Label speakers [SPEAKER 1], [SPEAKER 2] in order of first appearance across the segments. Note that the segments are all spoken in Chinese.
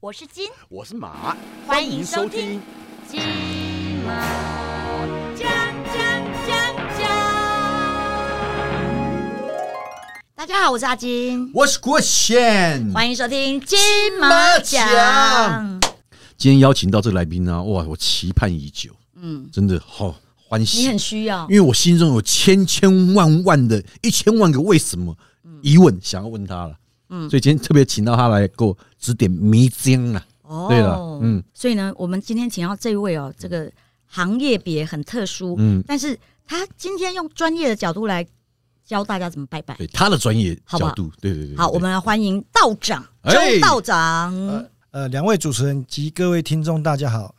[SPEAKER 1] 我是金
[SPEAKER 2] 我是马，
[SPEAKER 1] 欢迎收听。金毛讲讲讲讲。大家好，我是阿金，
[SPEAKER 2] 我是郭贤。
[SPEAKER 1] 欢迎收听金马奖。
[SPEAKER 2] 今天邀请到这个来宾呢、哇，我期盼已久，
[SPEAKER 1] 嗯，
[SPEAKER 2] 真的好、欢
[SPEAKER 1] 你
[SPEAKER 2] 喜，
[SPEAKER 1] 很需要
[SPEAKER 2] 因，为我心中有千千万万的一千万个为什么疑问，想要问他了。
[SPEAKER 1] 嗯
[SPEAKER 2] 所以今天特别请到他来给我指点迷津啊。
[SPEAKER 1] 哦
[SPEAKER 2] 对了，嗯
[SPEAKER 1] 所以呢，我们今天请到这位哦，这个行业别很特殊，
[SPEAKER 2] 嗯，
[SPEAKER 1] 但是他今天用专业的角度来教大家怎么拜拜。
[SPEAKER 2] 对他的专业
[SPEAKER 1] 好不好
[SPEAKER 2] 角度，对对对。
[SPEAKER 1] 好，
[SPEAKER 2] 对
[SPEAKER 1] 我们来欢迎道长周
[SPEAKER 2] 哎
[SPEAKER 1] 道长。
[SPEAKER 3] 呃，两位主持人及各位听众，大家好。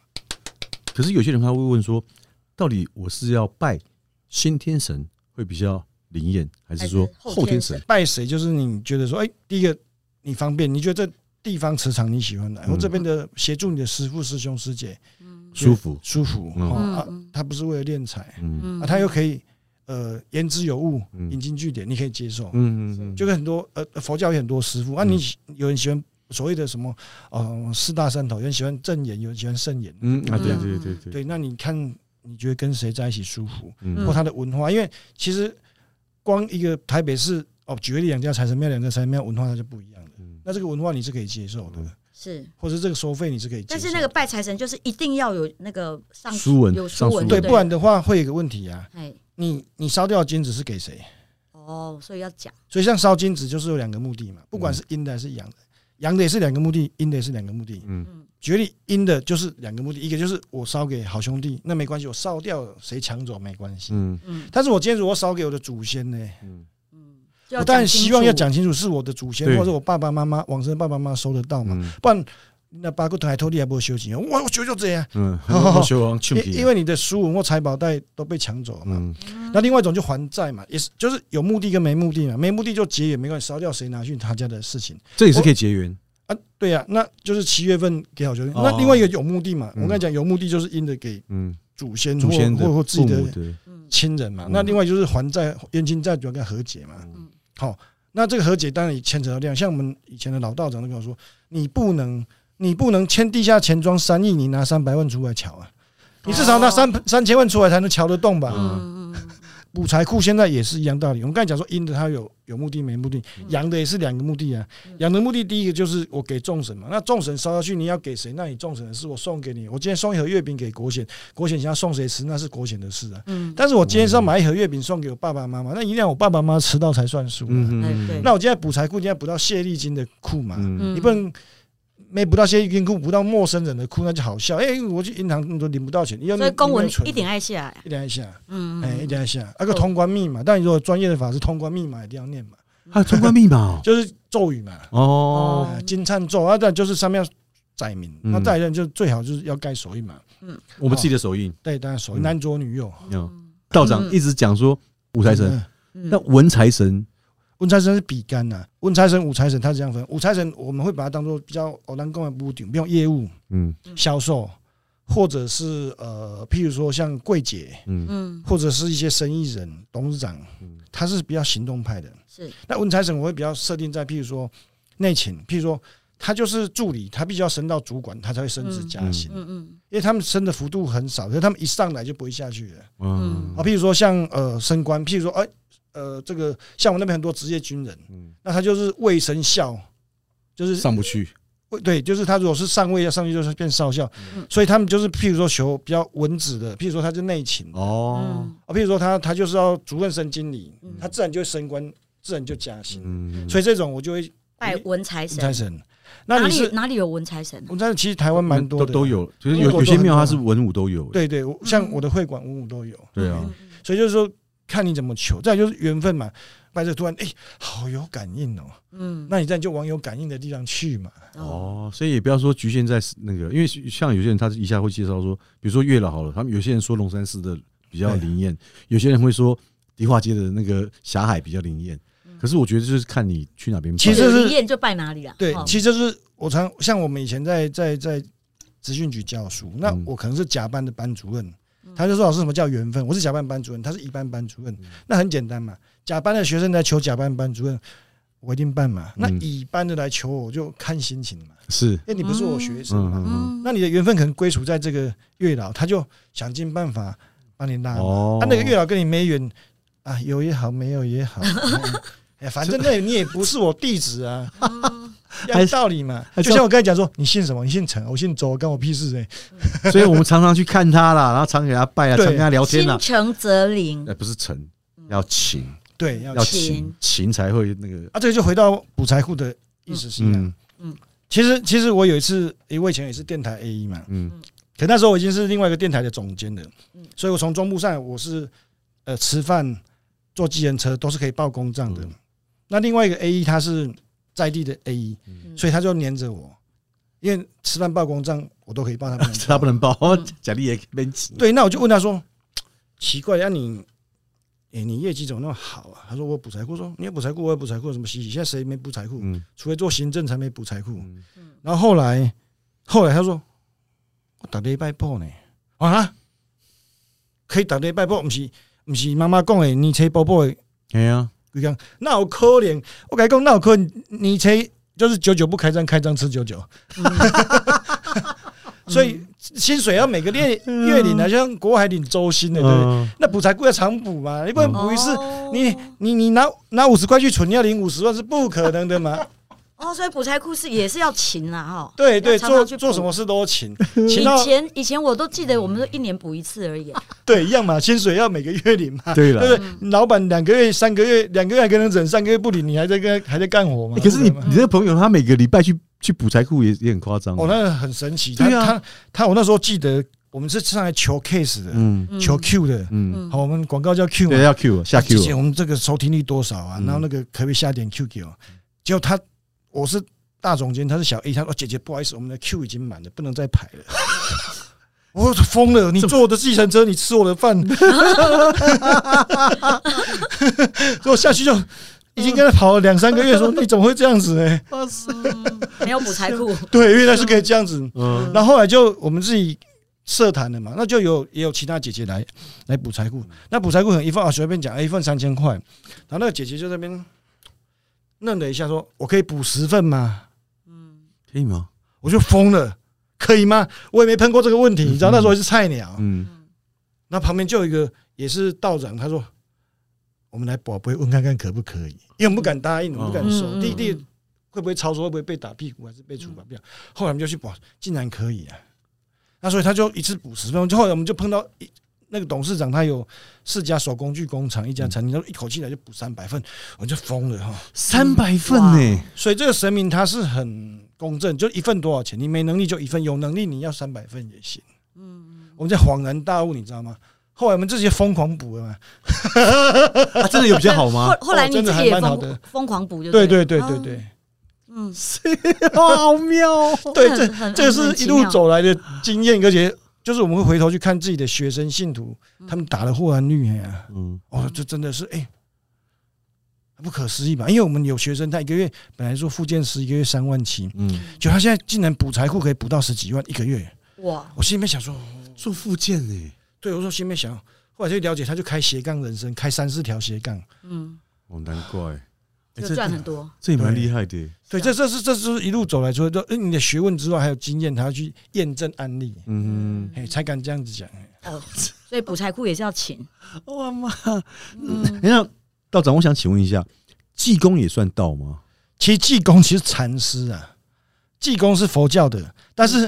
[SPEAKER 2] 可是有些人他会问说，到底我是要拜先天神会比较灵验，还是说
[SPEAKER 1] 还是后
[SPEAKER 2] 后天
[SPEAKER 1] 天
[SPEAKER 2] 神
[SPEAKER 1] 神？
[SPEAKER 3] 拜谁就是你觉得说，哎、第一个你方便，你觉得这地方磁场你喜欢来，
[SPEAKER 2] 嗯
[SPEAKER 3] 我这边的协助你的师傅、师兄、师姐
[SPEAKER 2] 舒服？
[SPEAKER 3] 舒服、
[SPEAKER 2] 嗯
[SPEAKER 3] 哦
[SPEAKER 1] 嗯
[SPEAKER 3] 啊
[SPEAKER 1] 嗯，
[SPEAKER 3] 他不是为了敛财、
[SPEAKER 2] 嗯
[SPEAKER 3] 啊，他又可以呃言之有物，
[SPEAKER 2] 嗯
[SPEAKER 3] 引经据典，你可以接受。
[SPEAKER 2] 嗯嗯嗯，
[SPEAKER 3] 就跟很多呃佛教有很多师傅啊，
[SPEAKER 2] 嗯
[SPEAKER 3] 你喜有人喜欢所谓的什么呃四大三头，有人喜欢正言，有人喜欢圣言，
[SPEAKER 2] 嗯啊，对
[SPEAKER 1] 嗯
[SPEAKER 2] 对对对，
[SPEAKER 3] 对，那你看你觉得跟谁在一起舒服？
[SPEAKER 2] 嗯
[SPEAKER 3] 或它的文化，因为其实光一个台北市哦，举个例，两家财神庙、两家财神庙文化它就不一样了。
[SPEAKER 2] 嗯
[SPEAKER 3] 那这个文化你是可以接受的，
[SPEAKER 2] 嗯
[SPEAKER 1] 是，
[SPEAKER 3] 或者这个收费你是可以接
[SPEAKER 1] 但
[SPEAKER 3] 受的。
[SPEAKER 1] 是那个拜财神就是一定要有那个上
[SPEAKER 2] 书文
[SPEAKER 1] 有
[SPEAKER 2] 上
[SPEAKER 1] 书文
[SPEAKER 2] 书
[SPEAKER 3] 对，
[SPEAKER 2] 文
[SPEAKER 3] 不然的话会有一个问题啊，
[SPEAKER 1] 哎
[SPEAKER 3] 你你烧掉的金子是给谁？
[SPEAKER 1] 哦，所以要讲
[SPEAKER 3] 所以像烧金子就是有两个目的嘛，
[SPEAKER 2] 嗯
[SPEAKER 3] 不管是阴的还是阳的，阳的也是两个目的，阴的也是两个目的。
[SPEAKER 2] 嗯
[SPEAKER 1] 嗯
[SPEAKER 3] 举例，阴的就是两个目的，一个就是我烧给好兄弟，那没关系，我烧掉了谁抢走没关系。
[SPEAKER 2] 嗯
[SPEAKER 1] 嗯
[SPEAKER 3] 但是我今天如果烧给我的祖先呢？
[SPEAKER 2] 嗯
[SPEAKER 1] 嗯，就要
[SPEAKER 3] 我当然
[SPEAKER 1] 讲清楚
[SPEAKER 3] 希望要讲清楚是我的祖先
[SPEAKER 2] 对
[SPEAKER 3] 或者我爸爸妈妈往生爸爸妈妈收得到嘛，
[SPEAKER 2] 嗯
[SPEAKER 3] 不然那八个台托你还不修行，我我修就这样，
[SPEAKER 2] 嗯，我学王庆
[SPEAKER 3] 因
[SPEAKER 2] 平，
[SPEAKER 3] 因为你的书文或财宝袋都被抢走了嘛。
[SPEAKER 2] 嗯
[SPEAKER 3] 那另外一种就还债嘛，也是就是有目的跟没目的嘛，没目的就结也没关系，烧掉谁拿去他家的事情
[SPEAKER 2] 这也是可以结缘，
[SPEAKER 3] 啊，对呀、那就是七月份给好兄弟。
[SPEAKER 2] 哦
[SPEAKER 3] 那另外一个有目的嘛，
[SPEAKER 2] 嗯
[SPEAKER 3] 我刚才讲有目的就是因着给
[SPEAKER 2] 嗯，
[SPEAKER 3] 祖先或
[SPEAKER 2] 祖先的
[SPEAKER 3] 或或自己
[SPEAKER 2] 父
[SPEAKER 3] 的
[SPEAKER 2] 母的，
[SPEAKER 1] 嗯
[SPEAKER 3] 亲人嘛
[SPEAKER 2] 嗯。
[SPEAKER 3] 那另外就是还债、冤亲债主要跟他和解嘛。
[SPEAKER 2] 嗯
[SPEAKER 3] 好，那这个和解当然也牵扯到量，像我们以前的老道长都跟我说，你不能，你不能签地下钱庄三亿，你拿三百万出来瞧啊，你至少拿三三千万出来才能瞧得动吧？
[SPEAKER 1] 哦嗯嗯嗯
[SPEAKER 3] 补财库现在也是一样道理。我们刚才讲说，阴的它有有目的没目的
[SPEAKER 1] 嗯，
[SPEAKER 3] 阳的也是两个目的啊。阳的目的第一个就是我给众神嘛，那众神烧下去你要给谁？那你众神的事我送给你，我今天送一盒月饼给国贤，国贤想要送谁吃那是国贤的事啊。
[SPEAKER 1] 嗯
[SPEAKER 3] 但是我今天是要买一盒月饼送给我爸爸妈妈，那一定要我爸爸妈妈吃到才算数、啊
[SPEAKER 2] 嗯
[SPEAKER 3] 那我今天补财库，一定要补到谢丽金的库嘛，
[SPEAKER 2] 嗯
[SPEAKER 1] 嗯
[SPEAKER 3] 你不能没补到谢丽金库，补到陌生人的库，那就好笑。哎、我去银行都领不到钱，要
[SPEAKER 1] 所以公文
[SPEAKER 3] 你要存
[SPEAKER 1] 一点爱下来，
[SPEAKER 3] 一点一下，
[SPEAKER 1] 嗯
[SPEAKER 3] 哎、一
[SPEAKER 1] 嗯
[SPEAKER 3] 点一下，那个通关密码。但你如果专业的法师，通关密码一定要念嘛，
[SPEAKER 2] 还有通关密码
[SPEAKER 3] 就是咒语嘛，
[SPEAKER 2] 哦，
[SPEAKER 3] 啊
[SPEAKER 1] 嗯
[SPEAKER 3] 金灿咒啊，但就是上面要载明，
[SPEAKER 2] 嗯
[SPEAKER 3] 那再来就最好就是要盖手印嘛，
[SPEAKER 2] 我们自己的手印，
[SPEAKER 3] 对，当然手
[SPEAKER 2] 嗯
[SPEAKER 3] 印男左女右，
[SPEAKER 2] 嗯道长一直讲说五财神，
[SPEAKER 3] 嗯
[SPEAKER 1] 嗯
[SPEAKER 2] 那文财神，
[SPEAKER 3] 文财神是比干呐、文财神、武财神，它是这样分。武财神我们会把它当做比较偶然公的部顶，比如业务、
[SPEAKER 2] 嗯
[SPEAKER 3] 销售，或者是呃，譬如说像柜姐，
[SPEAKER 2] 嗯
[SPEAKER 1] 嗯
[SPEAKER 3] 或者是一些生意人、董事长
[SPEAKER 2] 嗯，
[SPEAKER 3] 他是比较行动派的。
[SPEAKER 1] 是
[SPEAKER 3] 那文财神我会比较设定在譬如说内勤，譬如说他就是助理，他必须要升到主管，他才会升职加薪，
[SPEAKER 1] 嗯嗯
[SPEAKER 3] 因为他们升的幅度很少，可是他们一上来就不会下去了。
[SPEAKER 2] 嗯
[SPEAKER 3] 啊，譬如说像呃升官，譬如说哎呃这个像我们那边很多职业军人。
[SPEAKER 2] 嗯，
[SPEAKER 3] 那他就是卫生校，就是
[SPEAKER 2] 上不去，
[SPEAKER 3] 卫对，就是他如果是上尉要上去就是变少校
[SPEAKER 1] 嗯，
[SPEAKER 3] 所以他们就是譬如说求比较文职的，譬如说他就内勤啊，
[SPEAKER 2] 哦，
[SPEAKER 1] 嗯
[SPEAKER 3] 譬如说他他就是要主任升经理
[SPEAKER 1] 嗯，
[SPEAKER 3] 他自然就会升官，自然就加薪，
[SPEAKER 2] 嗯，
[SPEAKER 3] 所
[SPEAKER 2] 以
[SPEAKER 3] 以这种我就会
[SPEAKER 1] 拜文财
[SPEAKER 3] 文
[SPEAKER 1] 神，
[SPEAKER 3] 财神。
[SPEAKER 1] 哪
[SPEAKER 3] 那你
[SPEAKER 1] 里
[SPEAKER 3] 是
[SPEAKER 1] 哪里有文财神？啊
[SPEAKER 3] 文财神，其实台湾蛮多的，
[SPEAKER 2] 嗯都都。有，就是有有些庙它是文武都有，
[SPEAKER 3] 对对，我像我的会馆文武都有，
[SPEAKER 2] 对啊，
[SPEAKER 1] 嗯
[SPEAKER 3] 所以就是说看你怎么求，再来就是缘分嘛。拜这突然哎、好有感应哦，
[SPEAKER 1] 嗯
[SPEAKER 3] 那你这样就往有感应的地方去嘛。
[SPEAKER 2] 哦，所以也不要说局限在那个，因为像有些人他是一下会介绍说，比如说月老好了，他们有些人说龙山寺的比较灵验，有些人会说迪化街的那个霞海比较灵验。可是我觉得就是看你去哪边拜。
[SPEAKER 3] 其实是
[SPEAKER 1] 宴就拜哪里啊？
[SPEAKER 3] 对
[SPEAKER 1] 哦，
[SPEAKER 3] 其实就是我常像我们以前在在在职训局教书，那
[SPEAKER 2] 嗯
[SPEAKER 3] 我可能是甲班的班主任，他就说老师什么叫缘分？我是甲
[SPEAKER 2] 嗯
[SPEAKER 3] 班班主任，他是乙班班主任，那很简单嘛。甲班的学生来求甲班班主任，我一定办嘛。那
[SPEAKER 2] 嗯
[SPEAKER 3] 乙班的来求我，我就看心情嘛，
[SPEAKER 2] 是，
[SPEAKER 3] 因为你不是我学生
[SPEAKER 2] 嗯
[SPEAKER 3] 嘛。
[SPEAKER 2] 嗯
[SPEAKER 1] 嗯，
[SPEAKER 3] 那你的缘分可能归属在这个月老，他就想尽办法把你拉
[SPEAKER 2] 嗯，
[SPEAKER 3] 嘛。
[SPEAKER 2] 哦，
[SPEAKER 3] 啊他那个月老跟你没缘啊，有也好，没 有也好，嗯哎，反正那你也不是我弟子啊，有道理嘛。
[SPEAKER 2] 哦还是
[SPEAKER 3] 就像我刚才讲说，你姓什么？你姓陈，我姓周，关我屁事哎、
[SPEAKER 2] 所以我们常常去看他啦，然后常给他拜啊，
[SPEAKER 3] 对
[SPEAKER 2] 常跟他聊天
[SPEAKER 1] 心
[SPEAKER 2] 啦。
[SPEAKER 1] 诚则 灵
[SPEAKER 2] 哎，，不是诚，要情，
[SPEAKER 3] 对，要
[SPEAKER 2] 要
[SPEAKER 3] 啊，
[SPEAKER 2] 情
[SPEAKER 1] 情，
[SPEAKER 2] 情才会那个，
[SPEAKER 3] 这个就回到补财库的意思是一样。啊
[SPEAKER 2] 嗯
[SPEAKER 3] 其实，其实我有一次，诶我以前也是电台 A 一嘛，
[SPEAKER 2] 嗯
[SPEAKER 3] 可那时候我已经是另外一个电台的总监了
[SPEAKER 1] 嗯，
[SPEAKER 3] 所以我从中部上来，我是呃吃饭、坐计程车都是可以报公账的
[SPEAKER 2] 嗯。
[SPEAKER 3] 那另外一个 A E，一他是在地的 A 一，
[SPEAKER 1] 嗯
[SPEAKER 3] 所以他就黏着我，因为吃饭报公账我都可以报，他 不能报
[SPEAKER 2] 他不能报
[SPEAKER 1] 嗯，
[SPEAKER 2] 奖励也没钱。
[SPEAKER 3] 对，那我就问他说：“奇怪，那、你，哎、你业绩怎么那么好啊？”他说：“我补财库。”说：“你有补财库，我有补财库，有什么稀奇？现在谁没补财库？
[SPEAKER 2] 嗯，
[SPEAKER 3] 除非做行政才没补财库。
[SPEAKER 2] 嗯”
[SPEAKER 3] 然后后来，后来他说：“我打礼拜破呢啊，可以打礼拜破，不是不是妈妈讲的，你车包包的，
[SPEAKER 2] 哎呀，
[SPEAKER 3] 规讲那有可能，我跟你讲那有可能，你车就是久久不开张，开张吃久久。”
[SPEAKER 1] 嗯
[SPEAKER 3] 所以薪水要每个月
[SPEAKER 1] 嗯
[SPEAKER 3] 月领啊，就像国海领周薪的，对不对？
[SPEAKER 2] 嗯
[SPEAKER 3] 那补财库要常补嘛，你不能补一次，
[SPEAKER 1] 哦
[SPEAKER 3] 你你你拿拿五十块去存，要领五十万是不可能的嘛。
[SPEAKER 1] 哦，所以补财库是也是要勤啦，哈。
[SPEAKER 3] 对对，
[SPEAKER 1] 要常常
[SPEAKER 3] 做
[SPEAKER 1] 去补
[SPEAKER 3] 做什么事都 勤，勤到啊
[SPEAKER 1] 以前以前我都记得，我们都一年补一次而已。
[SPEAKER 3] 对一样嘛，薪水要每个月领嘛，
[SPEAKER 2] 对啊了
[SPEAKER 3] 对不，对？老板两个月、三个月、两个月还跟人整，三个月不领，你还在跟还在干活嘛？
[SPEAKER 2] 欸可是你
[SPEAKER 3] 对吗
[SPEAKER 2] 你的朋友他每个礼拜去去补财库也也很夸张啊
[SPEAKER 3] 哦，那很神奇，他
[SPEAKER 2] 对啊
[SPEAKER 3] 他他，我那时候记得我们是上来求 case 的，
[SPEAKER 2] 嗯
[SPEAKER 1] 嗯
[SPEAKER 3] 求 Q 的，
[SPEAKER 2] 嗯，
[SPEAKER 1] 嗯
[SPEAKER 3] 好，我们广告叫 Q 嘛
[SPEAKER 2] 对，，要 Q 啊下
[SPEAKER 3] 啊之前
[SPEAKER 2] Q，
[SPEAKER 3] 我们这个收听率多少啊？
[SPEAKER 2] 嗯
[SPEAKER 3] 然后那个可不可以下点 Q 给我？结果他我是大总监，他是小 A，他说哦姐姐不好意思，我们的 Q 已经满了，不能再排了。 我说疯了！你坐我的计程车，你吃我的饭， 我下去就已经跟他跑了两三个月，说你怎么会这样子呢？
[SPEAKER 2] 哇塞，
[SPEAKER 1] 嗯 没有补财 库，
[SPEAKER 3] 对，因为他是可以这样子。
[SPEAKER 2] 嗯
[SPEAKER 3] 那后来就我们自己社团的嘛，那就有也有其他姐姐来来补财库，那补财库很一份啊，随便讲，哎一份三千块，然后那个姐姐就在那边愣了一下，说：“我可以补十份吗
[SPEAKER 1] 嗯，
[SPEAKER 2] 可以吗？？”
[SPEAKER 3] 我就疯了，可以吗？我也没碰过这个问题，你知道那时候还是菜鸟，
[SPEAKER 2] 嗯，
[SPEAKER 3] 那旁边就有一个也是道长，他说：“我们来宝贝问看看可不可以，因为我们不敢答应，我们不敢收，
[SPEAKER 1] 嗯
[SPEAKER 3] 弟弟会不会超收，会不会被打屁股，还是被处罚？不要。后来我们就去补，竟然可以啊！那所以他就一次补十分钟，就后来我们就碰到一那个董事长，他有四家手工具工厂，一家餐厅，他说一口气来就补三百份，我就疯了哈！
[SPEAKER 2] 三百份
[SPEAKER 1] 哇
[SPEAKER 2] 呢，
[SPEAKER 3] 所以这个神明他是很公正，就一份多少钱，你没能力就一份，有能力你要三百份也行。嗯，我们在恍然大悟，你知道吗？后来我们自己疯狂补了嘛，
[SPEAKER 2] 啊真的有比较好吗
[SPEAKER 1] 后？后来
[SPEAKER 3] 哦
[SPEAKER 1] 你
[SPEAKER 3] 真的
[SPEAKER 1] 自己
[SPEAKER 3] 还
[SPEAKER 1] 也
[SPEAKER 3] 蛮好
[SPEAKER 1] 疯
[SPEAKER 3] 的
[SPEAKER 1] 疯狂补，就
[SPEAKER 3] 对
[SPEAKER 1] 对
[SPEAKER 3] 对
[SPEAKER 1] 了
[SPEAKER 3] 对
[SPEAKER 1] 哦
[SPEAKER 3] 对，对
[SPEAKER 1] 嗯，
[SPEAKER 2] 好妙哦，
[SPEAKER 3] 对，
[SPEAKER 1] 很
[SPEAKER 3] 这
[SPEAKER 1] 很
[SPEAKER 3] 这个
[SPEAKER 1] 很
[SPEAKER 3] 是
[SPEAKER 1] 奇
[SPEAKER 3] 一路
[SPEAKER 1] 妙
[SPEAKER 3] 走来的经验，而且就是我们会回头去看自己的学生信徒，他们打的护栏率呀，
[SPEAKER 2] 嗯，
[SPEAKER 3] 哦，这真的是哎、不可思议吧？因为我们有学生，他一个月本来说复健师一个月三万七，
[SPEAKER 2] 嗯，
[SPEAKER 3] 就他现在竟然补财库可以补到十几万一个月，
[SPEAKER 1] 哇，
[SPEAKER 3] 我心里面想说，
[SPEAKER 2] 做附件呢，
[SPEAKER 3] 对我说心里面想，后来就了解，他就开斜杠人生，开三四条斜杠，
[SPEAKER 1] 嗯，
[SPEAKER 2] 哦，难怪，
[SPEAKER 3] 哎
[SPEAKER 2] 欸
[SPEAKER 1] 就
[SPEAKER 2] 这
[SPEAKER 1] 赚很多，
[SPEAKER 2] 这也蛮厉害的，
[SPEAKER 3] 对，这这是这是一路走来说，就哎你的学问之外还有经验，他要去验证案例，
[SPEAKER 2] 嗯，
[SPEAKER 3] 哎，才敢这样子讲。
[SPEAKER 1] 哦，所以补财库也是要勤，
[SPEAKER 2] 哇妈，
[SPEAKER 1] 嗯，
[SPEAKER 2] 那道长，我想请问一下，济公也算道吗？
[SPEAKER 3] 其实济公其实禅师啊，济公是佛教的，但是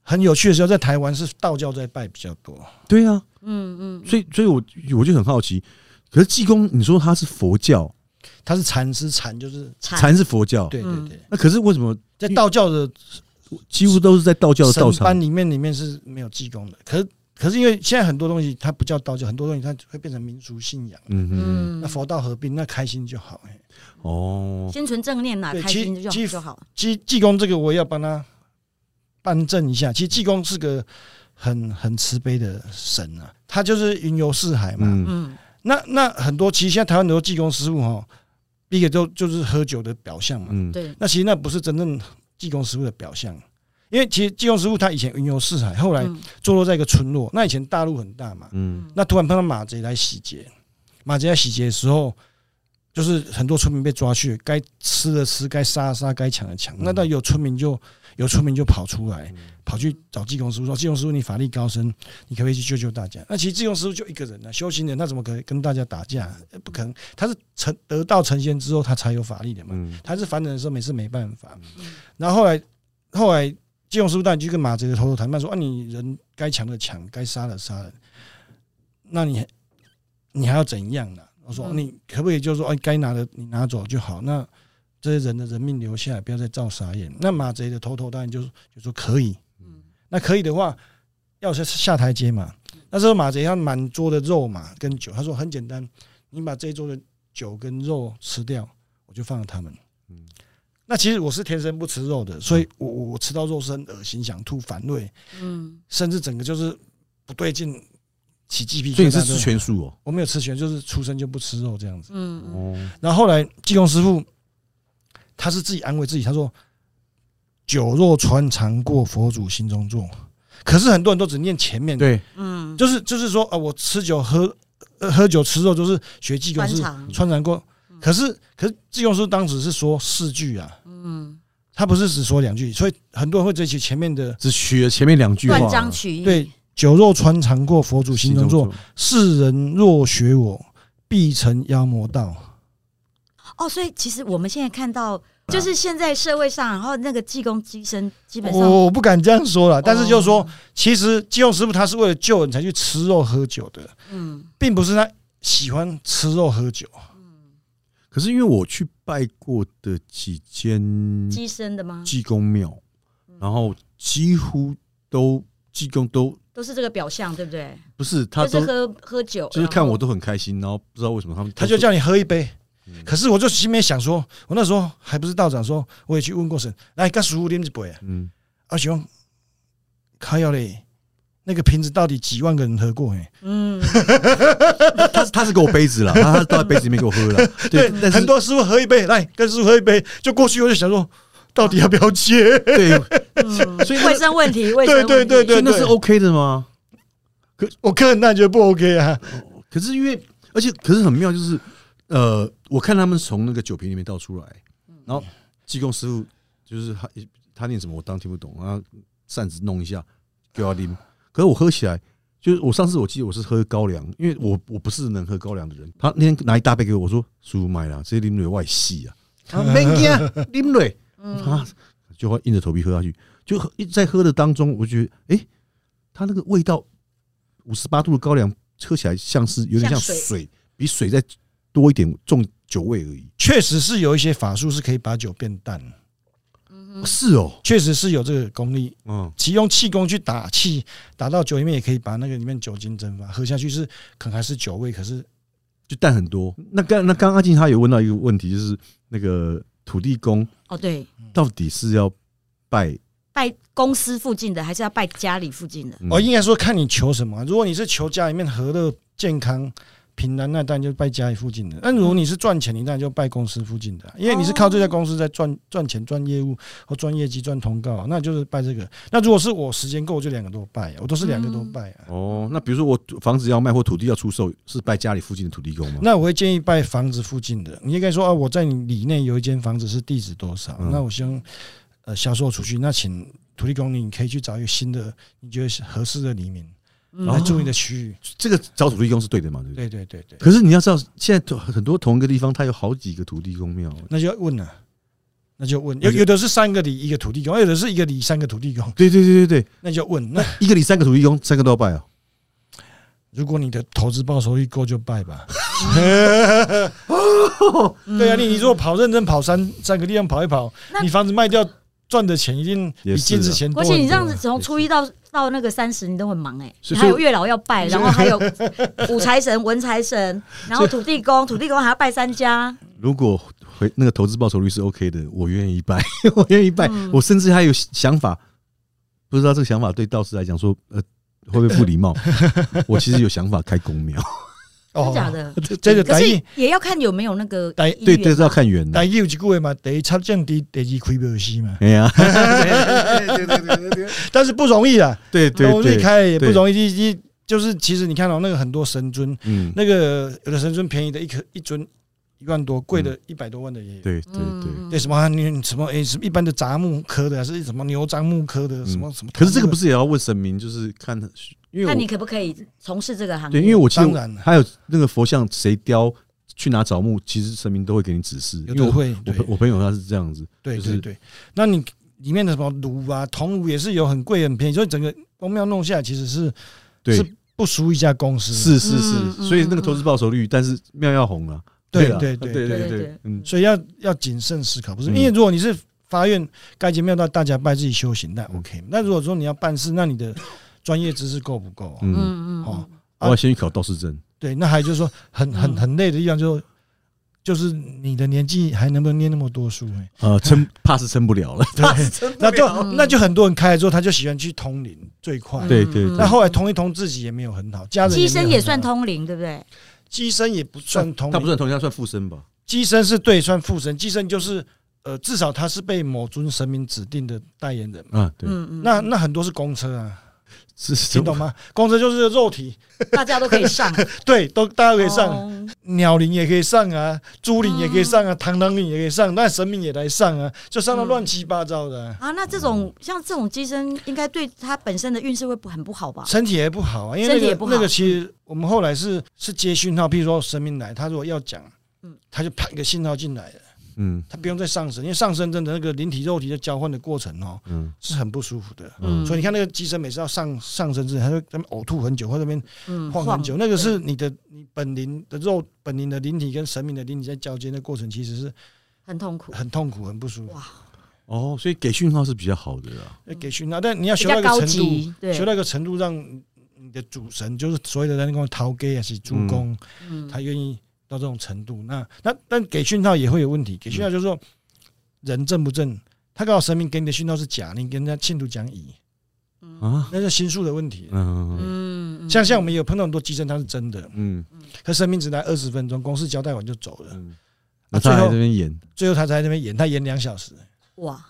[SPEAKER 3] 很有趣的时候，在台湾是道教在拜比较多。
[SPEAKER 2] 对啊，
[SPEAKER 1] 嗯嗯，
[SPEAKER 2] 所以所以我我就很好奇，可是济公，你说他是佛教，
[SPEAKER 3] 他是禅师，禅就是
[SPEAKER 2] 禅是佛教，
[SPEAKER 3] 对对对，
[SPEAKER 2] 那可是为什么
[SPEAKER 3] 在道教的
[SPEAKER 2] 几乎都是在道教的道
[SPEAKER 3] 神
[SPEAKER 2] 场
[SPEAKER 3] 班？里面里面是没有济公的，可是可是因为现在很多东西它不叫道教，很多东西它会变成民俗信仰。
[SPEAKER 2] 嗯哼，
[SPEAKER 1] 嗯
[SPEAKER 3] 那佛道合并，那开心就好。哎
[SPEAKER 2] 哦，
[SPEAKER 1] 心存正念啦，
[SPEAKER 3] 对
[SPEAKER 1] 开
[SPEAKER 3] 其
[SPEAKER 1] 心就
[SPEAKER 3] 其
[SPEAKER 1] 好就好，
[SPEAKER 3] 济济公这个我也要帮他扳正一下，其实济公是个很很慈悲的神啊，他就是云游四海嘛。
[SPEAKER 2] 嗯，
[SPEAKER 1] 嗯
[SPEAKER 3] 那那很多，其实现在台湾很多技工师傅哈，第一个就就是喝酒的表象嘛。
[SPEAKER 2] 嗯，
[SPEAKER 1] 对，
[SPEAKER 3] 那其实那不是真正技工师傅的表象，因为其实技工师傅他以前云游四海，后来
[SPEAKER 1] 嗯
[SPEAKER 3] 坐落在一个村落。那以前大陆很大嘛，
[SPEAKER 2] 嗯
[SPEAKER 3] 那突然碰到马贼来洗劫，马贼来洗劫的时候，就是很多村民被抓去，该吃的吃，该杀的杀，该抢的抢。那到有村民就有村民就跑出来，跑去找济公师傅说：“济公师傅，你法力高深，你可不可以去救救大家？”那其实济公师傅就一个人呢、修行人他怎么可以跟大家打架？呃不可能，他是成得道成仙之后，他才有法力的嘛。
[SPEAKER 2] 嗯
[SPEAKER 3] 他是凡人的时候，每次没办法。
[SPEAKER 1] 嗯
[SPEAKER 3] 然后后来后来，金融师傅带你去跟马哲头头谈判说：“啊，你人该抢的抢，该杀的杀人，那你你还要怎样呢、我说：“哦
[SPEAKER 1] 嗯
[SPEAKER 3] 你可不可以就是说，哎、该拿的你拿走就好，那这些人的人命留下来，不要再造傻眼。”那马贼的头头当然就就说可以，
[SPEAKER 1] 嗯
[SPEAKER 3] 那可以的话，要下下台阶嘛。那时候马贼他满桌的肉嘛跟酒，他说很简单，你把这一桌的酒跟肉吃掉，我就放了他们。
[SPEAKER 2] 嗯
[SPEAKER 3] 那其实我是天生不吃肉的，所以我我我吃到肉是很恶心，想吐、反胃，
[SPEAKER 1] 嗯
[SPEAKER 3] 甚至整个就是不对劲，起鸡皮疙瘩。
[SPEAKER 2] 所以你是吃全素哦。
[SPEAKER 3] 我没有吃全，就是出生就不吃肉这样子。
[SPEAKER 1] 嗯，
[SPEAKER 2] 哦，
[SPEAKER 3] 然后后来济公师傅他是自己安慰自己，他说：“酒肉穿肠过，佛祖心中坐。”可是很多人都只念前面，，
[SPEAKER 2] 对，
[SPEAKER 1] 嗯，
[SPEAKER 3] 就是就是说啊、呃我吃酒喝、呃喝酒吃肉，就是学济公
[SPEAKER 1] 穿
[SPEAKER 3] 是
[SPEAKER 1] 肠，
[SPEAKER 3] 穿肠过。可是可是济公师傅当时是说四句啊，
[SPEAKER 1] 嗯，
[SPEAKER 3] 他不是只说两句，所以很多人会追求前面的
[SPEAKER 2] 只取了前面两句话
[SPEAKER 3] 啊
[SPEAKER 1] 断。章取义，
[SPEAKER 3] 对“酒肉穿肠过，佛祖心中坐。
[SPEAKER 2] 座，
[SPEAKER 3] 世人若学我，必成妖魔道。
[SPEAKER 1] 哦，所以其实我们现在看到，
[SPEAKER 2] 啊
[SPEAKER 1] 就是现在社会上，然后那个济公机身基”本上，
[SPEAKER 2] 哦
[SPEAKER 3] 我我不敢这样说了，但是就是说
[SPEAKER 1] 哦，，
[SPEAKER 3] 其实基用师傅他是为了救人才去吃肉喝酒的，
[SPEAKER 1] 嗯
[SPEAKER 3] 并不是他喜欢吃肉喝酒。
[SPEAKER 1] 嗯，
[SPEAKER 2] 可是因为我去拜过的几间
[SPEAKER 1] 机身的吗？
[SPEAKER 2] 济公庙，然后几乎都济公都
[SPEAKER 1] 都是这个表象，对不对？
[SPEAKER 2] 不是他
[SPEAKER 1] 就是
[SPEAKER 2] 都
[SPEAKER 1] 喝喝酒，啊
[SPEAKER 2] 就是看我
[SPEAKER 1] 都
[SPEAKER 2] 都很开心，然后不知道为什么他们
[SPEAKER 3] 他就
[SPEAKER 2] 样，
[SPEAKER 3] 叫你喝一杯
[SPEAKER 2] 嗯，
[SPEAKER 3] 可是我就心里面想说，我那时候还不是道长说，我也去问过神，来跟师傅啉一杯啊，
[SPEAKER 2] 嗯，
[SPEAKER 3] 阿兄，靠要嘞，那个瓶子到底几万个人喝过哎、
[SPEAKER 1] 嗯，
[SPEAKER 2] 他他是给我杯子了，他他倒在杯子里面给我喝了，对，但是
[SPEAKER 3] 很多师傅喝一杯，来跟师傅喝一杯，就过去我就想说，到底要不要接？
[SPEAKER 2] 对，
[SPEAKER 1] 嗯
[SPEAKER 2] 所以那
[SPEAKER 1] 卫生问题，卫生问题
[SPEAKER 3] 对对对
[SPEAKER 2] 所以那是 OK 的吗？
[SPEAKER 3] 我个人那觉得不 OK 啊，
[SPEAKER 2] 可是因为，而且可是很妙，就是呃，我看他们从那个酒瓶里面倒出来，然后济公师傅就是他他念什么我当然听不懂，然后扇子弄一下给我拎，可是我喝起来。就是我上次我记得我是喝高粱，因为我我不是能喝高粱的人。他那天拿一大杯给我，我说：“叔叔买了，这林蕊外戏啊，啊，没 啊，林蕊
[SPEAKER 1] 嗯
[SPEAKER 2] 啊，就会硬着头皮喝下去。就喝在喝的当中，我觉得，诶，它那个味道，五十八度的高粱喝起来像是有点像
[SPEAKER 1] 像水
[SPEAKER 2] 水，比水再多一点重酒味而已。
[SPEAKER 3] 确实是有一些法术是可以把酒变淡，
[SPEAKER 2] 是哦，
[SPEAKER 3] 确实是有这个功力，
[SPEAKER 2] 嗯，
[SPEAKER 3] 其用气功去打气，打到酒里面也可以把那个里面酒精蒸发，喝下去是可能还是酒味，可是
[SPEAKER 2] 就淡很多。那刚那刚刚阿静她有问到一个问题，就是那个土地公
[SPEAKER 1] 哦，对，
[SPEAKER 3] 嗯
[SPEAKER 2] 到底是要拜？
[SPEAKER 1] 拜公司附近的，还是要拜家里附近的？
[SPEAKER 2] 嗯
[SPEAKER 3] 哦，应该说看你求什么啊。如果你是求家里面和乐、健康、平安，那当然就拜家里附近的；那如果你是赚钱，你当然就拜公司附近的啊，因为你是靠这家公司在赚赚钱、赚业务或赚业绩、赚通告啊，那就是拜这个。那如果是我时间够，我就两个都拜啊，我都是两个都拜啊。
[SPEAKER 2] 哦，那比如说我房子要卖或土地要出售，是拜家里附近的土地公吗？
[SPEAKER 3] 那我会建议拜房子附近的，你应该说啊，我在你里内有一间房子是地址多少，
[SPEAKER 2] 嗯
[SPEAKER 3] 那我希望呃销售出去，那请土地公你可以去找一个新的你觉得是合适的黎明
[SPEAKER 1] 嗯
[SPEAKER 2] 然
[SPEAKER 3] 来
[SPEAKER 2] 后
[SPEAKER 3] 住你的区域。
[SPEAKER 2] 这个找土地公是对的嘛？对不对？
[SPEAKER 3] 对对对对，
[SPEAKER 2] 可是你要知道，现在很多同一个地方，它有好几个土地公庙。
[SPEAKER 3] 那就要问了、那就问，
[SPEAKER 2] 那
[SPEAKER 3] 有
[SPEAKER 2] 就
[SPEAKER 3] 有的是三个里一个土地公，有的是一个里三个土地公，
[SPEAKER 2] 对对对对对，
[SPEAKER 3] 那就问。那
[SPEAKER 2] 一个里三个土地公，三个都要拜啊！
[SPEAKER 3] 如果你的投资报酬率够就拜吧。
[SPEAKER 1] 哦
[SPEAKER 3] 对啊，你你如果跑认真跑三三个地方跑一跑
[SPEAKER 1] 那，
[SPEAKER 3] 你房子卖掉赚的钱一定
[SPEAKER 2] 也
[SPEAKER 3] 比
[SPEAKER 2] 是
[SPEAKER 3] 净值
[SPEAKER 2] 啊
[SPEAKER 3] 钱多
[SPEAKER 1] 而
[SPEAKER 3] 很
[SPEAKER 1] 且
[SPEAKER 3] 多啊。
[SPEAKER 1] 你这样子从初一到到那个三十，你都很忙哎、
[SPEAKER 2] 是
[SPEAKER 1] 你还
[SPEAKER 2] 所以
[SPEAKER 1] 有月老要拜，然后还有 五财神、文财神，然后土地公，土地公还要拜三家，
[SPEAKER 2] 如果回那个投资报酬率是 OK 的，我愿意拜， 我愿意拜。
[SPEAKER 1] 嗯
[SPEAKER 2] 我甚至还有想法，不知道这个想法对道士来讲说，呃，会不会不 礼貌？我其实有想法开公庙，
[SPEAKER 1] 真
[SPEAKER 3] 哦
[SPEAKER 1] 的假的？
[SPEAKER 3] 这个
[SPEAKER 1] 嗯可
[SPEAKER 3] 台
[SPEAKER 1] 是
[SPEAKER 3] 语
[SPEAKER 1] 也要看有没有那个
[SPEAKER 3] 台
[SPEAKER 1] 意
[SPEAKER 2] 对
[SPEAKER 1] 愿
[SPEAKER 2] 对，这要看 缘的
[SPEAKER 3] 台。语有一句话嘛，第一插政治，第二开庙戏嘛，
[SPEAKER 2] 哎呀，
[SPEAKER 3] 但是不容易啦，
[SPEAKER 2] 对对
[SPEAKER 3] 容易
[SPEAKER 2] 对，
[SPEAKER 3] 开也不
[SPEAKER 2] 对
[SPEAKER 3] 容易。一一哦就是其实你看到、那个很多神尊，
[SPEAKER 2] 嗯，
[SPEAKER 3] 那个有的神尊便宜的一颗一尊一万多，贵的一百多万的也有。
[SPEAKER 2] 对对对。
[SPEAKER 1] 嗯
[SPEAKER 3] 对什么啊你你什么诶，什么一般的杂木科的，还是什么牛樟木科的，什么什么？
[SPEAKER 2] 嗯可是这个不
[SPEAKER 3] 是
[SPEAKER 2] 是也要问神明，就是看，因为
[SPEAKER 1] 看
[SPEAKER 2] 我
[SPEAKER 1] 你可不可以从事这个行业？
[SPEAKER 2] 对，因为我记
[SPEAKER 3] 当
[SPEAKER 2] 得
[SPEAKER 3] 然了，
[SPEAKER 2] 还有那个佛像谁雕，去哪找墓，其实神明都会给你指示。
[SPEAKER 3] 有
[SPEAKER 2] 因为
[SPEAKER 3] 的
[SPEAKER 2] 我
[SPEAKER 3] 会，
[SPEAKER 2] 我
[SPEAKER 3] 对
[SPEAKER 2] 朋我朋友他是这样子，
[SPEAKER 3] 对
[SPEAKER 2] 就是
[SPEAKER 3] 对对。那你里面的什么炉啊、铜炉也是有很贵很便宜，所以整个公庙弄下来其实是
[SPEAKER 2] 对，
[SPEAKER 3] 是不输一家公司。，
[SPEAKER 2] 是是
[SPEAKER 1] 嗯
[SPEAKER 2] 是，
[SPEAKER 1] 嗯
[SPEAKER 2] 所以那个投资报酬率，但是庙要红了，
[SPEAKER 3] 对
[SPEAKER 2] 啦
[SPEAKER 3] 对
[SPEAKER 2] 对
[SPEAKER 3] 对
[SPEAKER 1] 对
[SPEAKER 2] 对
[SPEAKER 1] 对，
[SPEAKER 2] 嗯，
[SPEAKER 3] 所以要要谨慎思考，不是
[SPEAKER 2] 嗯
[SPEAKER 3] 因为如果你是发愿该结庙到大家拜自己修行，
[SPEAKER 2] 嗯
[SPEAKER 3] 那 OK。那如果说你要办事，那你的专业知识够不够？
[SPEAKER 2] 嗯
[SPEAKER 1] 嗯嗯
[SPEAKER 3] 哦
[SPEAKER 1] 嗯，
[SPEAKER 2] 我要先去考道士证，
[SPEAKER 3] 对，那还有就是说很很
[SPEAKER 1] 嗯
[SPEAKER 3] 很累的地方就就是你的年纪还能不能念那么多书、欸？
[SPEAKER 2] 呃，撑怕是撑不了了，嗯
[SPEAKER 3] 对，那就
[SPEAKER 1] 了
[SPEAKER 3] 那就很多人开了之后，他就喜欢去通灵最快。
[SPEAKER 2] 对
[SPEAKER 1] 嗯
[SPEAKER 2] 对
[SPEAKER 1] 嗯
[SPEAKER 3] 那后来通一通自己也没有很好，家人
[SPEAKER 1] 机身
[SPEAKER 3] 也
[SPEAKER 1] 也算，通灵，对不对？
[SPEAKER 3] 机身也不算通
[SPEAKER 2] 他不
[SPEAKER 3] 灵，
[SPEAKER 2] 算同乡，算附身吧？
[SPEAKER 3] 机身是对算附身，机身就是呃至少他是被某尊神明指定的代言人嘛。
[SPEAKER 2] 啊，对，
[SPEAKER 1] 嗯嗯，
[SPEAKER 3] 那那很多是公车啊，
[SPEAKER 2] 是是
[SPEAKER 3] 听懂吗？公车就是肉体，
[SPEAKER 1] 大家都可以上，
[SPEAKER 3] 对，都 大家都可以上，
[SPEAKER 1] 哦
[SPEAKER 3] 鸟灵也可以上啊，猪灵也
[SPEAKER 1] 嗯
[SPEAKER 3] 可以上啊，螳螂灵也可以上，那神明也来上啊，就上到乱七八糟的啊、
[SPEAKER 1] 啊。那这种像这种机身，应该对他本身的运势会不很不好吧？
[SPEAKER 3] 身体也不好啊，因为
[SPEAKER 1] 嗯身体
[SPEAKER 3] 那
[SPEAKER 1] 也不
[SPEAKER 3] 个
[SPEAKER 1] 好嗯
[SPEAKER 3] 那个其实我们后来是是接讯号，譬如说神明来，他如果要讲，
[SPEAKER 1] 嗯
[SPEAKER 3] 他就啪一个信号进来了，
[SPEAKER 2] 嗯
[SPEAKER 3] 他不用再上升，因为上升真的那个灵体肉体的交换的过程哦，
[SPEAKER 2] 嗯
[SPEAKER 3] 是很不舒服的。
[SPEAKER 2] 嗯
[SPEAKER 1] 嗯，
[SPEAKER 3] 所以你看那个机身每次要上上升之前，他就在那边呕吐很久，或者那边
[SPEAKER 1] 嗯，
[SPEAKER 3] 晃很久，那个是你的你本灵的肉本灵的灵体跟神明的灵体在交接的过程，其实是
[SPEAKER 1] 很痛苦。
[SPEAKER 3] 很痛苦、很不舒服。
[SPEAKER 1] 哇，
[SPEAKER 2] 哦，所以给讯号是比较好的啊啦，
[SPEAKER 3] 要给熏到，但你要
[SPEAKER 1] 比
[SPEAKER 3] 学到
[SPEAKER 1] 较
[SPEAKER 3] 一个
[SPEAKER 1] 高
[SPEAKER 3] 程度，
[SPEAKER 1] 级，对
[SPEAKER 3] 学，到一个程度，让你的主神就是所谓的那个陶给还是主公。
[SPEAKER 1] 嗯
[SPEAKER 3] 他愿意到这种程度。那那但给讯号也会有问题，给讯号就是说人正不正，他告诉神明给你的讯号是假，你跟人家信徒讲乙，
[SPEAKER 2] 啊，
[SPEAKER 3] 那是心术的问题。
[SPEAKER 2] 嗯
[SPEAKER 1] 嗯，
[SPEAKER 3] 像像我们也有碰到很多机身，他是真的，
[SPEAKER 2] 嗯
[SPEAKER 3] 可神明只来二十分钟，公司交代完就走了，
[SPEAKER 2] 嗯，那他还在这边演，
[SPEAKER 3] 啊最后他才在那边演，他演两小时，
[SPEAKER 1] 嗯哇，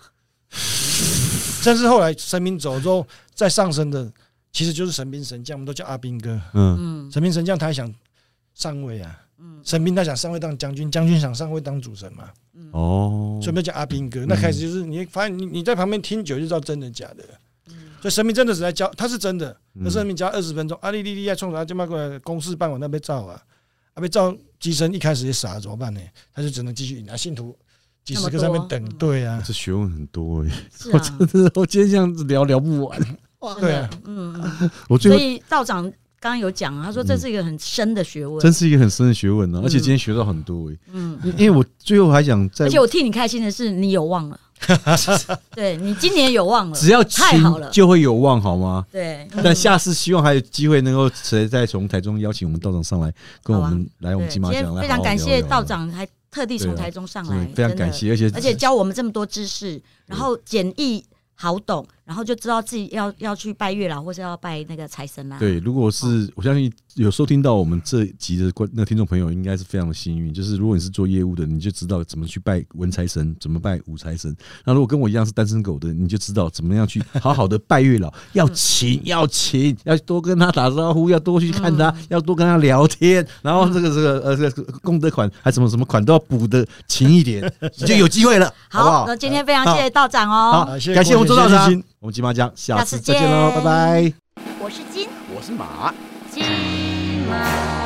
[SPEAKER 3] 甚至后来神明走之后再上升的，其实就是神兵神将，我们都叫阿兵哥。
[SPEAKER 2] 嗯
[SPEAKER 1] 嗯
[SPEAKER 3] 神兵神将他还想上位啊，神兵他想上位当将军，将军想上位当主神嘛，
[SPEAKER 1] 嗯
[SPEAKER 2] 哦，
[SPEAKER 3] 准备叫阿兵哥。那开始就是你发现你你在旁边听久就知道真的假的
[SPEAKER 1] 嗯。
[SPEAKER 3] 所以神明真的是在教，他是真的，
[SPEAKER 2] 嗯
[SPEAKER 3] 那神明教二十分钟，阿啊丽丽丽亚冲啥就骂过来，公事办完那被照啊，啊被照机身一开始也傻了怎么办呢？他就只能继续引啊，信徒几十个在那边
[SPEAKER 1] 那么
[SPEAKER 3] 等，
[SPEAKER 1] 多
[SPEAKER 3] 对啊，
[SPEAKER 2] 这学问很多哎，
[SPEAKER 1] 是
[SPEAKER 2] 我
[SPEAKER 1] 啊，
[SPEAKER 2] 真的我今天这样子聊聊不完，
[SPEAKER 1] 真的
[SPEAKER 3] 对啊，
[SPEAKER 1] 嗯嗯，
[SPEAKER 2] 我最
[SPEAKER 1] 所
[SPEAKER 2] 后
[SPEAKER 1] 以道长刚刚有讲啊，他说这是一个很深的学问，
[SPEAKER 2] 嗯真是一个很深的学问呢，
[SPEAKER 1] 嗯
[SPEAKER 2] 啊而且今天学到很多哎，
[SPEAKER 1] 嗯。
[SPEAKER 2] 因因为我最后还想再
[SPEAKER 1] 而且我替你开心的是，你有 望了，对你今年有望了，
[SPEAKER 2] 只要
[SPEAKER 1] 太好
[SPEAKER 2] 勤
[SPEAKER 1] 了，嗯
[SPEAKER 2] 就会有望，好吗？
[SPEAKER 1] 对。
[SPEAKER 2] 但下次希望还有机会能够谁再从台中邀请我们道长上来，跟我们来我
[SPEAKER 1] 啊对，
[SPEAKER 2] 们金
[SPEAKER 1] 今
[SPEAKER 2] 马
[SPEAKER 1] 天
[SPEAKER 2] 奖来
[SPEAKER 1] 非
[SPEAKER 2] 好
[SPEAKER 1] 常
[SPEAKER 2] 好
[SPEAKER 1] 感
[SPEAKER 2] 聊
[SPEAKER 1] 谢
[SPEAKER 2] 聊
[SPEAKER 1] 道，长，还特地
[SPEAKER 2] 对
[SPEAKER 1] 从
[SPEAKER 2] 啊
[SPEAKER 1] 台中上
[SPEAKER 2] 真
[SPEAKER 1] 来
[SPEAKER 2] 的，非常
[SPEAKER 1] 真的
[SPEAKER 2] 感，谢，而且
[SPEAKER 1] 而且教我们这么多知识，然后简易好懂，然后就知道自己要要去拜月老或是要拜那个财神
[SPEAKER 3] 嗯
[SPEAKER 1] 啦。
[SPEAKER 2] 对，如果是我相信有收听到我们这集的观那个听众朋友，应该是非常的幸运。就是如果你是做业务的，你就知道怎么去拜文财神，怎么拜武财神。那如果跟我一样是单身狗的，你就知道怎么样去好好的拜月
[SPEAKER 3] 嗯
[SPEAKER 2] 老，要勤要勤，要多跟他打招呼，要多去看
[SPEAKER 3] 嗯
[SPEAKER 2] 他，要多跟他聊天。然后这个这个呃这个功德款还什么什么款都要补的勤一 点，你就有机会了，好不
[SPEAKER 1] 好，
[SPEAKER 2] 好
[SPEAKER 1] 那？今天非常谢谢道长
[SPEAKER 2] 好
[SPEAKER 1] 哦，，
[SPEAKER 3] 谢谢
[SPEAKER 2] 感谢我们周
[SPEAKER 3] 郭
[SPEAKER 2] 道
[SPEAKER 3] 姐谢谢
[SPEAKER 2] 长
[SPEAKER 3] 欣，
[SPEAKER 2] 我们金马奖，下
[SPEAKER 1] 下
[SPEAKER 2] 次
[SPEAKER 1] 次
[SPEAKER 2] 再见喽，
[SPEAKER 1] 见
[SPEAKER 2] 拜拜。
[SPEAKER 1] 我是金
[SPEAKER 4] 我是马。
[SPEAKER 1] 金马。